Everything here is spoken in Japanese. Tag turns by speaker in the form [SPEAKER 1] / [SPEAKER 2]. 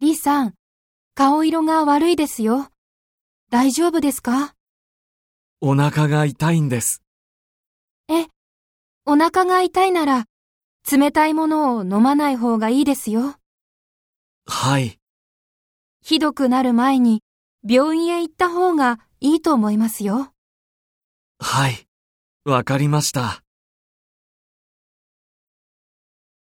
[SPEAKER 1] 李さん、顔色が悪いですよ。大丈夫ですか
[SPEAKER 2] お腹が痛いんです。
[SPEAKER 1] え、お腹が痛いなら、冷たいものを飲まない方がいいですよ。
[SPEAKER 2] はい。
[SPEAKER 1] ひどくなる前に、病院へ行った方がいいと思いますよ。
[SPEAKER 2] はい。わかりました。